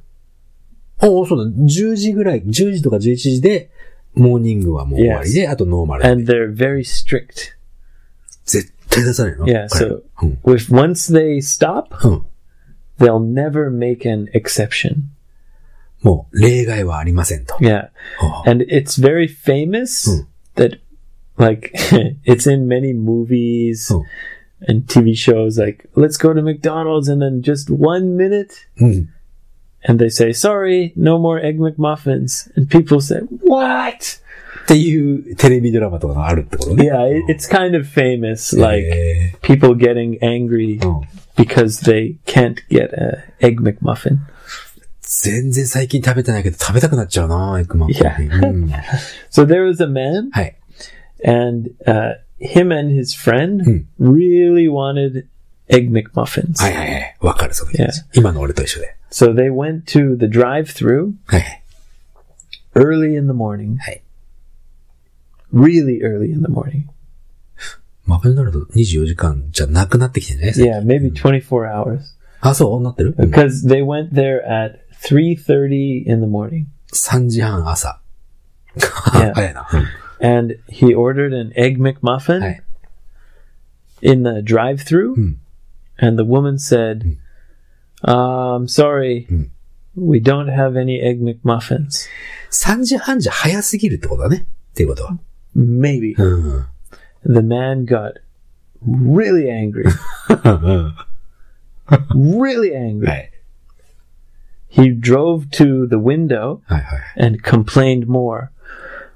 Speaker 2: おお、そうだ。10時ぐらい、10時とか11時で、モーニングはもう終わりで、あとノーマル。
Speaker 1: and they're very strict.
Speaker 2: 絶対出さないの
Speaker 1: Yeah.
Speaker 2: 彼
Speaker 1: So
Speaker 2: うん。
Speaker 1: if once they stop,
Speaker 2: うん。
Speaker 1: They'll never make an exception.
Speaker 2: もう例外はありませんと。
Speaker 1: Yeah.
Speaker 2: はあ
Speaker 1: And it's very famous
Speaker 2: Hmm.
Speaker 1: that, like, it's in many movies
Speaker 2: Hmm.
Speaker 1: and TV shows. Like, let's go to McDonald's, and then just one minute,
Speaker 2: うん。
Speaker 1: and they say, "Sorry, no more egg McMuffins," and people say, "What?"
Speaker 2: っていうテレビドラマとかがあるってことね。
Speaker 1: Yeah, it, it's kind of famous,
Speaker 2: うん
Speaker 1: like
Speaker 2: え
Speaker 1: people getting angry
Speaker 2: ーうん
Speaker 1: because they can't get a egg McMuffin.
Speaker 2: 全然最近食べてないけど食べたくなっちゃうな、エッグマン。
Speaker 1: いや
Speaker 2: うん、は
Speaker 1: So there was a man,
Speaker 2: い。
Speaker 1: and uh, him and his friend
Speaker 2: Hmm.
Speaker 1: really wanted egg McMuffins.
Speaker 2: はいはいはい。わかる、その気持ち今の俺と一緒で。
Speaker 1: So they went to the drive-through
Speaker 2: はいはい。
Speaker 1: early in the morning.
Speaker 2: Hey.
Speaker 1: Really early in the morning.
Speaker 2: マクドナルド24時間じゃなくなってきてんじゃない
Speaker 1: Yeah, maybe 24 hours
Speaker 2: あ、そうなってる、うん
Speaker 1: because they went there at 3:30 in the morning.
Speaker 2: ?3 時半朝。
Speaker 1: や
Speaker 2: 早いな。うん
Speaker 1: and he ordered an egg McMuffin
Speaker 2: Hey.
Speaker 1: in the drive-through,
Speaker 2: Hmm.
Speaker 1: and the woman said, uh, "I'm sorry,
Speaker 2: Hmm.
Speaker 1: we don't have any egg McMuffins."
Speaker 2: 3時半じゃ早すぎるってことだね。っていうことは。
Speaker 1: Maybe
Speaker 2: うん。
Speaker 1: the man got really angry,
Speaker 2: は
Speaker 1: really
Speaker 2: い。
Speaker 1: angry.
Speaker 2: はい
Speaker 1: He drove to the window
Speaker 2: はい。
Speaker 1: and complained more.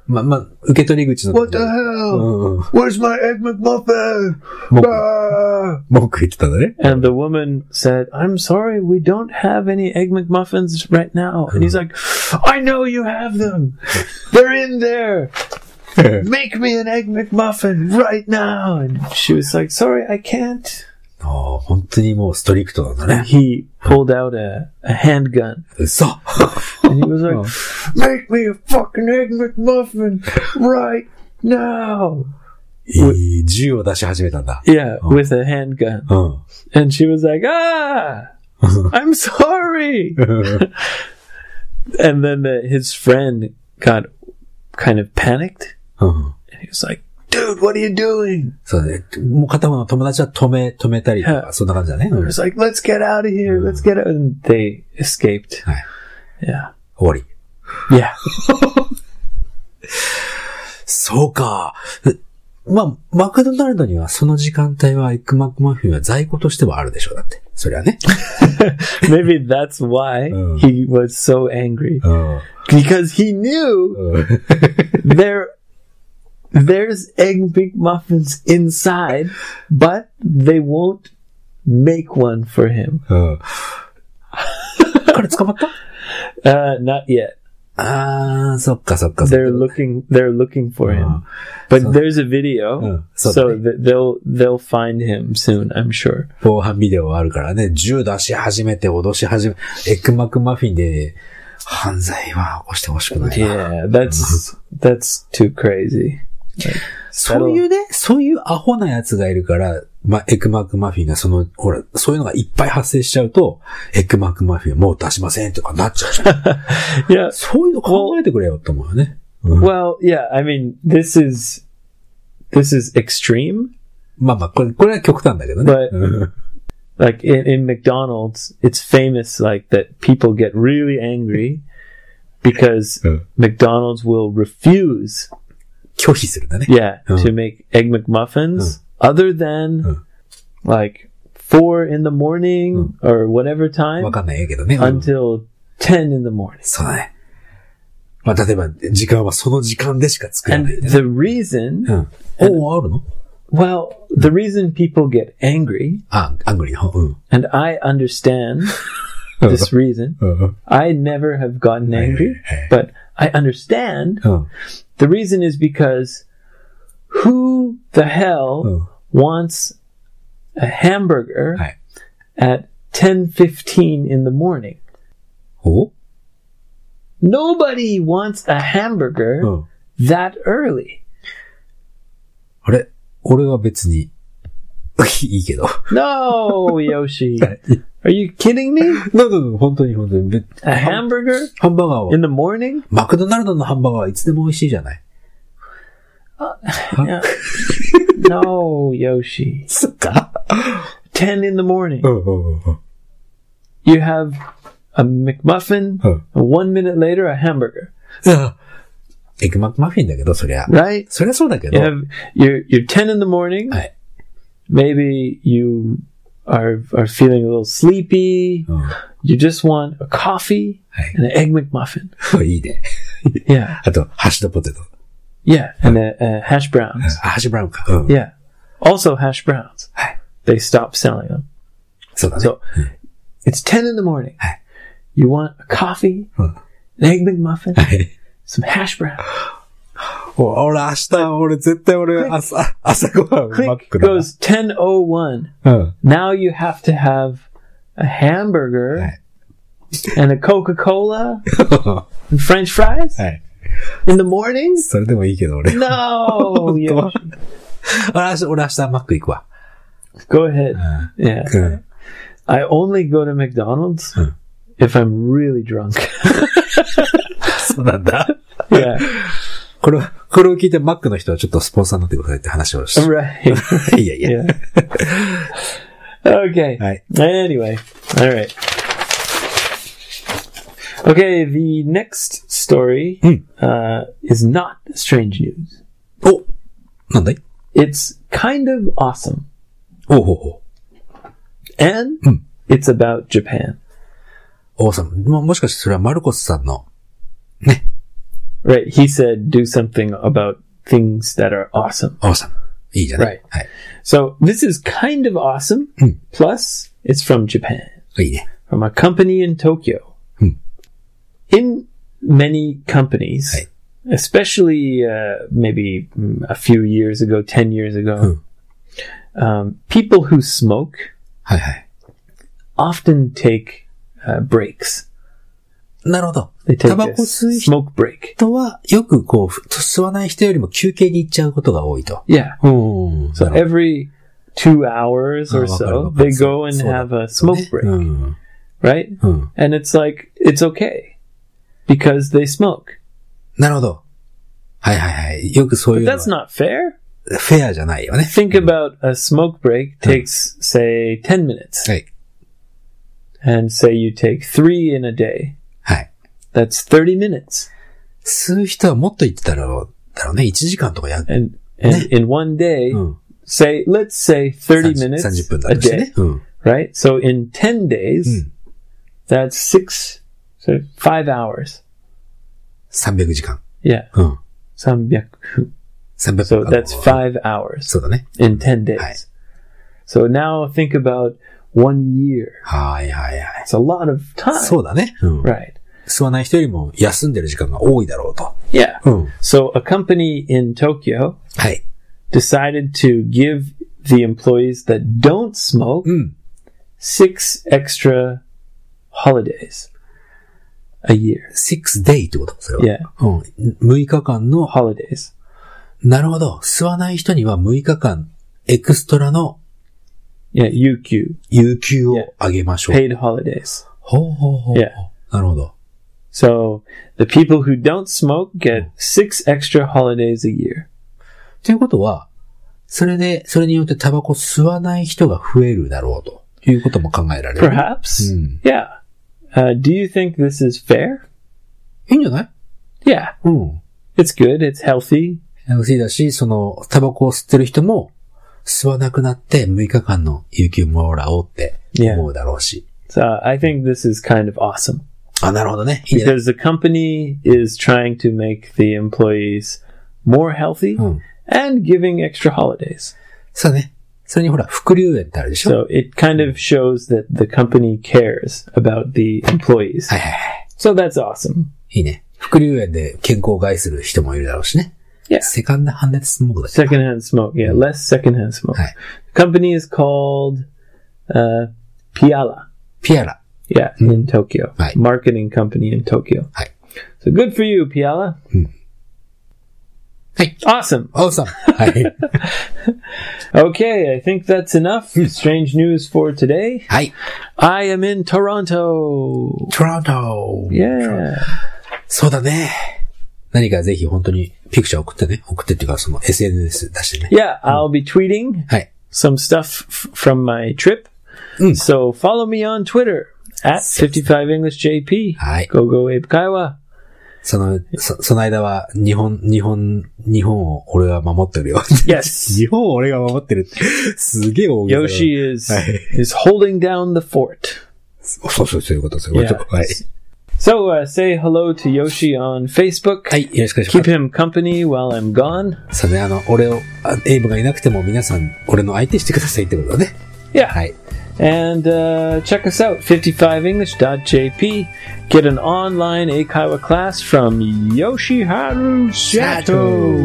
Speaker 2: ま、ま、受け取り口のとこ
Speaker 1: What
Speaker 2: で。
Speaker 1: the hell?
Speaker 2: うんうん
Speaker 1: Where's my egg McMuffin?
Speaker 2: 文句
Speaker 1: Ah!
Speaker 2: 文句言ってたんだね。
Speaker 1: And the woman said, I'm sorry, we don't have any egg McMuffins right now. And he's like, I know you have them. They're in there. Make me an egg McMuffin right now. And she was like, Sorry, I can't.
Speaker 2: ああ、本当にもうストリクトなんだ
Speaker 1: And
Speaker 2: ね。
Speaker 1: he pulled out a, a handgun.
Speaker 2: 嘘
Speaker 1: And he was like, Make me a fucking egg McMuffin right now.
Speaker 2: いい銃を出し始めたんだ。
Speaker 1: Yeah, with a handgun.
Speaker 2: うん。
Speaker 1: And she was like, Ah, I'm sorry.
Speaker 2: う
Speaker 1: and then the, his friend got kind of panicked
Speaker 2: ん
Speaker 1: and he was like dude what are you doing
Speaker 2: そうだね。もう片方の友達は止め、止めたりとか、そんな感じだね。う
Speaker 1: he
Speaker 2: ん終
Speaker 1: was like let's get out of here let's get out and they escaped
Speaker 2: Right.
Speaker 1: yeah
Speaker 2: わり。
Speaker 1: yeah
Speaker 2: そうか。えまあ、マクドナルドにはその時間帯はエッグマックマフィンは在庫としてはあるでしょう、だって。そりゃね。
Speaker 1: maybe that's why
Speaker 2: Oh.
Speaker 1: he was so angry
Speaker 2: うん。
Speaker 1: because he knew
Speaker 2: うん
Speaker 1: there there's egg McMuffins inside but they won't make one for him
Speaker 2: うん。彼捕まった
Speaker 1: uh not yet
Speaker 2: あー、そっかそっかそっ
Speaker 1: they're
Speaker 2: か。
Speaker 1: looking they're looking for him
Speaker 2: あ
Speaker 1: But
Speaker 2: So-
Speaker 1: there's a video,
Speaker 2: Uh, so
Speaker 1: so, th- they'll they'll find him soon, I'm sure.
Speaker 2: 防犯ビデオはあるからね、銃出し始めて脅し始め、エッグマックマフィンで犯罪は起こしてほしくないな。
Speaker 1: Yeah, that's that's too crazy. Like,
Speaker 2: そういうね、そういうアホなやつがいるから、まあ、エッグマックマフィンがその、ほら、そういうのがいっぱい発生しちゃうと、エッグマックマフィンもう出しませんとかなっちゃうじ ゃん。
Speaker 1: yeah.
Speaker 2: そういうの考えてくれよと思うよね。うん、
Speaker 1: Well, yeah. I mean, this is this is extreme.
Speaker 2: まあまあ、これ、これは極端だけどね。
Speaker 1: But-
Speaker 2: うん
Speaker 1: Like in, in McDonald's, it's famous like that people get really angry because
Speaker 2: Uh.
Speaker 1: McDonald's will refuse,
Speaker 2: 拒否するんだね。
Speaker 1: yeah,
Speaker 2: Uh.
Speaker 1: to make egg McMuffins other than
Speaker 2: Uh.
Speaker 1: like four in the morning or whatever time.
Speaker 2: わかんないけどね。うん
Speaker 1: until 10 in the morning.
Speaker 2: そうだね。まあ、例えば、時間はその時間でしか作らない
Speaker 1: And
Speaker 2: ね、
Speaker 1: the reason,
Speaker 2: うん。おーあるの
Speaker 1: well, the reason people get angry,
Speaker 2: あ、アングリーの。うん。
Speaker 1: and I understand this reason,
Speaker 2: うん。
Speaker 1: I never have gotten angry, but I understand.
Speaker 2: うん。
Speaker 1: The reason is because who the hell
Speaker 2: うん。
Speaker 1: wants a hamburger
Speaker 2: Right.
Speaker 1: at 10:15 in the morning?
Speaker 2: お
Speaker 1: Nobody wants a hamburger
Speaker 2: うん。
Speaker 1: that early.
Speaker 2: あれ俺は別に、 いいけど。
Speaker 1: No, Yoshi. Are you kidding me?
Speaker 2: なんだろ本当に本当に。べ
Speaker 1: A hamburger
Speaker 2: ハンバーガーは
Speaker 1: in、the morning?
Speaker 2: マクドナルドのハンバーガーはいつでも美味しいじゃない。
Speaker 1: Yeah. no, Yoshi.
Speaker 2: そっか。Oh.
Speaker 1: 10 in the morning.
Speaker 2: うんうんうん。
Speaker 1: you have a McMuffin,
Speaker 2: Huh.
Speaker 1: and one minute later, a hamburger,
Speaker 2: エッグマックマフィンだけど、そりゃ。
Speaker 1: right?
Speaker 2: そりゃそうだけど
Speaker 1: You。have you're you're ten in the morning.
Speaker 2: Aye.
Speaker 1: Maybe you are are feeling a little sleepy.
Speaker 2: うん
Speaker 1: You just want a coffee
Speaker 2: Aye.
Speaker 1: and an egg McMuffin.
Speaker 2: いいね。
Speaker 1: Yeah,
Speaker 2: あと、ハッシュドポテト。
Speaker 1: yeah, and a, a hash browns.
Speaker 2: あ、ハッシュブラウンか。うん。
Speaker 1: Yeah, also hash browns.
Speaker 2: Aye.
Speaker 1: They stopped selling them.
Speaker 2: そうだね。
Speaker 1: So it's 10 in the morning.
Speaker 2: Hi.
Speaker 1: You want a coffee,
Speaker 2: Huh.
Speaker 1: an egg McMuffin,
Speaker 2: はい。
Speaker 1: some hash brown.
Speaker 2: お俺、明日、俺、絶対俺、朝、朝ごはん、マッ
Speaker 1: Click
Speaker 2: クだな。
Speaker 1: goes 10.01.
Speaker 2: うん。
Speaker 1: Now you have to have a hamburger
Speaker 2: Hi.
Speaker 1: and a Coca Cola and French fries
Speaker 2: Hi.
Speaker 1: in the morning?
Speaker 2: それでもいいけど、俺。
Speaker 1: No!
Speaker 2: Come
Speaker 1: Yoshi.
Speaker 2: 俺、明日、俺、明日、マック行くわ。
Speaker 1: Go ahead.
Speaker 2: うん。
Speaker 1: Yeah.
Speaker 2: うん。
Speaker 1: I only go to McDonald's
Speaker 2: Hmm.
Speaker 1: if I'm really drunk.
Speaker 2: そうなんだ。
Speaker 1: yeah.
Speaker 2: これ、これを聞いてマックの人はちょっとスポンサーになってくださいって話をし
Speaker 1: Right.
Speaker 2: て。 いやいや。
Speaker 1: Yeah. okay.
Speaker 2: はい。
Speaker 1: Anyway, all right. Okay, the next story
Speaker 2: Hmm.
Speaker 1: uh, is not strange news.
Speaker 2: おなんだい
Speaker 1: It's kind of awesome,
Speaker 2: おうほうほ
Speaker 1: and
Speaker 2: Hmm.
Speaker 1: it's about Japan.
Speaker 2: う。王様。も、もしかしてそれはマルコスさんの。
Speaker 1: Right? He said, "Do something about things that are awesome."
Speaker 2: 王様。いいじゃない、
Speaker 1: So this is kind of awesome.
Speaker 2: Hmm.
Speaker 1: Plus, it's from Japan.
Speaker 2: はい。いいね。
Speaker 1: from a company in Tokyo.
Speaker 2: Hmm.
Speaker 1: In many companies,
Speaker 2: Right.
Speaker 1: especially uh, maybe mm, a few years ago, 10 years ago,
Speaker 2: Hmm.
Speaker 1: um, people who smoke
Speaker 2: はいはい。
Speaker 1: often take uh, breaks.
Speaker 2: なるほど。
Speaker 1: They take
Speaker 2: タ
Speaker 1: a
Speaker 2: バコ吸う
Speaker 1: smoke break.
Speaker 2: 人は、よくこう、ふ吸わない人よりも休憩に行っちゃうことが多いと。
Speaker 1: Yeah.
Speaker 2: うん。
Speaker 1: So
Speaker 2: なる
Speaker 1: every two hours or
Speaker 2: Ah, okay,
Speaker 1: so,
Speaker 2: okay,
Speaker 1: they
Speaker 2: so-
Speaker 1: go and
Speaker 2: so
Speaker 1: have a
Speaker 2: ほどね
Speaker 1: smoke break,
Speaker 2: うん。
Speaker 1: right?
Speaker 2: うん。
Speaker 1: And it's like, it's okay because they smoke.
Speaker 2: なるほど。はいはいはい。よくそうい
Speaker 1: But
Speaker 2: うの
Speaker 1: that's not
Speaker 2: は
Speaker 1: fair.
Speaker 2: フェアじゃないよね。
Speaker 1: think about a smoke break takes say 10 minutes
Speaker 2: はい。
Speaker 1: and say you take three in a day
Speaker 2: はい。
Speaker 1: that's 30 minutes
Speaker 2: 吸う人はもっと言ってたろう、だろうね。1時間とかやる。
Speaker 1: and and in one day
Speaker 2: うん。
Speaker 1: say let's say 30 minutes
Speaker 2: 30分だ
Speaker 1: a
Speaker 2: として
Speaker 1: day
Speaker 2: ね。うん。
Speaker 1: right so in 10 days
Speaker 2: Mm.
Speaker 1: that's six so five hours
Speaker 2: 300時間。
Speaker 1: yeah
Speaker 2: うん。
Speaker 1: some yeah.
Speaker 2: 300
Speaker 1: so
Speaker 2: 分
Speaker 1: that's five hours
Speaker 2: そうだね。
Speaker 1: in 10
Speaker 2: Hi.
Speaker 1: days so now think about one year
Speaker 2: はいはいはい。
Speaker 1: it's a lot of time
Speaker 2: そうだね。うん。
Speaker 1: right
Speaker 2: 吸わない人よりも休んでる時間が多いだろうと。
Speaker 1: yeah
Speaker 2: うん。
Speaker 1: so a company in tokyo
Speaker 2: はい。
Speaker 1: decided to give the employees that don't smoke
Speaker 2: うん。
Speaker 1: six extra holidays a year.
Speaker 2: six day ってことそれは。
Speaker 1: Yeah,
Speaker 2: うん。6日間の、
Speaker 1: holidays.
Speaker 2: なるほど。吸わない人には6日間、エクストラの
Speaker 1: Yeah, UQ
Speaker 2: 有給をあげましょう。
Speaker 1: paid holidays.
Speaker 2: ほうほうほうほう。
Speaker 1: Yeah.
Speaker 2: なるほど。
Speaker 1: So the people who don't smoke get six extra holidays a year.
Speaker 2: ということは、それで、それによってタバコ吸わない人が増えるだろうということも考えられる。
Speaker 1: Perhaps.
Speaker 2: Mm.
Speaker 1: Yeah. Uh, do you think this is fair?
Speaker 2: いいんじゃない
Speaker 1: Yeah,
Speaker 2: うん。
Speaker 1: it's good. It's healthy.
Speaker 2: MC だし、その、タバコを吸ってる人も、吸わなくなって6日間の有給もらおうって思うだろうし。
Speaker 1: So I think this is kind of awesome
Speaker 2: あ、なるほどね。いいんじゃない
Speaker 1: because the company is trying to make the employees more healthy.
Speaker 2: うん。
Speaker 1: and giving extra holidays.
Speaker 2: そうだね。それにほら、副流煙ってあるでし
Speaker 1: So
Speaker 2: ょ
Speaker 1: it kind of shows that the company cares about the employees.
Speaker 2: はいはいはい。
Speaker 1: So that's awesome.
Speaker 2: いいね。副流煙で健康を害する人もいるだろうしね。
Speaker 1: Yeah.
Speaker 2: セカンドハンネスモークだっけ
Speaker 1: Secondhand smoke. Yeah, less secondhand smoke.
Speaker 2: Hi.
Speaker 1: The company is called uh, Piala.
Speaker 2: ピアラ。
Speaker 1: Yeah, in Tokyo.
Speaker 2: Hi.
Speaker 1: Marketing company in Tokyo.
Speaker 2: Hi.
Speaker 1: So good for you, Piala.
Speaker 2: Hi.
Speaker 1: Awesome.
Speaker 2: おう さん。はい。
Speaker 1: Okay, I think that's enough. Strange news for today.
Speaker 2: はい。
Speaker 1: I am in Toronto.
Speaker 2: トロント。
Speaker 1: Yeah.
Speaker 2: そうだね。何かぜひ本当にピクチャー送ってね。送ってっていうか、その SNS 出してね。
Speaker 1: Yeah, I'll be tweeting
Speaker 2: はい。
Speaker 1: some stuff f- from my trip.
Speaker 2: Mm.
Speaker 1: So follow me on Twitter at 55 English JP.
Speaker 2: はい。
Speaker 1: Go go Abe Kaiwa.
Speaker 2: その、そその間は、日本、日本、日本を俺は守ってるよ。
Speaker 1: Yes.
Speaker 2: 日本を俺が守ってるって、すげえ大げさだな。
Speaker 1: Yoshi is
Speaker 2: Hi.
Speaker 1: is holding down the fort.
Speaker 2: そうそう、そういうこと、そういうこと。
Speaker 1: Yeah.
Speaker 2: はい。
Speaker 1: So uh, say hello to Yoshi on Facebook.
Speaker 2: はい、よろしくお願いしま
Speaker 1: Keep
Speaker 2: す。
Speaker 1: him company while I'm gone.
Speaker 2: そうね、あの、俺を、あエイブがいなくても皆さん、俺の相手してくださいってことだね。
Speaker 1: Yeah.
Speaker 2: はい。
Speaker 1: And uh, check us out, 55english.jp. Get an online Eikaiwa class from Yoshiharu Sato.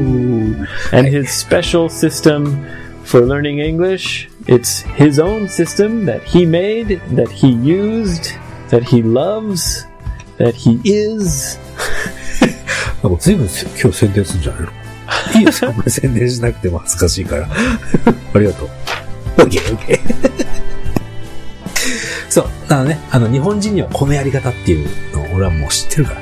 Speaker 1: And his special system for learning English. It's his own system that he made, that he used, that he loves, that he is.
Speaker 2: なんか随分せ今日宣伝するんじゃ ないのいいよ、そんな宣伝しなくても恥ずかしいから。 ありがとう。OK、OK。そう、あのね、あの、日本人にはこのやり方っていうのを俺はもう知ってるから。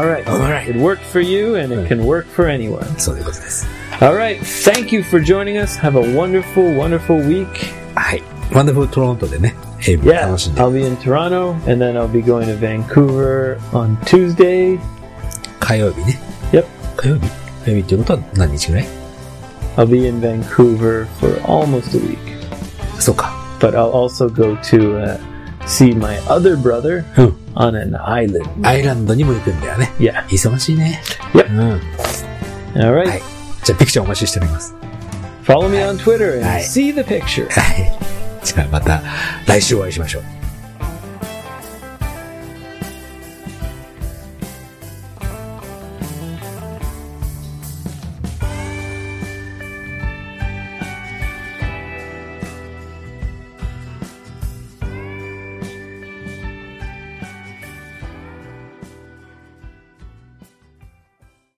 Speaker 1: All right.
Speaker 2: All right.
Speaker 1: It worked for you and it can work for anyone.
Speaker 2: そういうことです。
Speaker 1: All right. Thank you for joining us. Have a wonderful, wonderful week.
Speaker 2: はい。ワンダフルトロントでね、エイブ楽
Speaker 1: Yeah,
Speaker 2: しんで、
Speaker 1: I'll be in Toronto, and then I'll be going to Vancouver on Tuesday.
Speaker 2: 火曜日ね。
Speaker 1: Yep.
Speaker 2: 火曜日火曜日っていうことは何日ぐらい
Speaker 1: I'll be in Vancouver for almost a week,
Speaker 2: そうか。
Speaker 1: but I'll also go to uh, see my other brother
Speaker 2: うん。
Speaker 1: on an island.
Speaker 2: アイランドにも行くんだよね。
Speaker 1: Yeah.
Speaker 2: 忙しいね。
Speaker 1: Yep.
Speaker 2: うん。
Speaker 1: All
Speaker 2: はい
Speaker 1: right.。
Speaker 2: じゃあ、ピクチャーお待ちしております。
Speaker 1: Follow me on Twitter and
Speaker 2: Hi.
Speaker 1: see the picture.
Speaker 2: はい。じゃあまた来週お会いしましょう。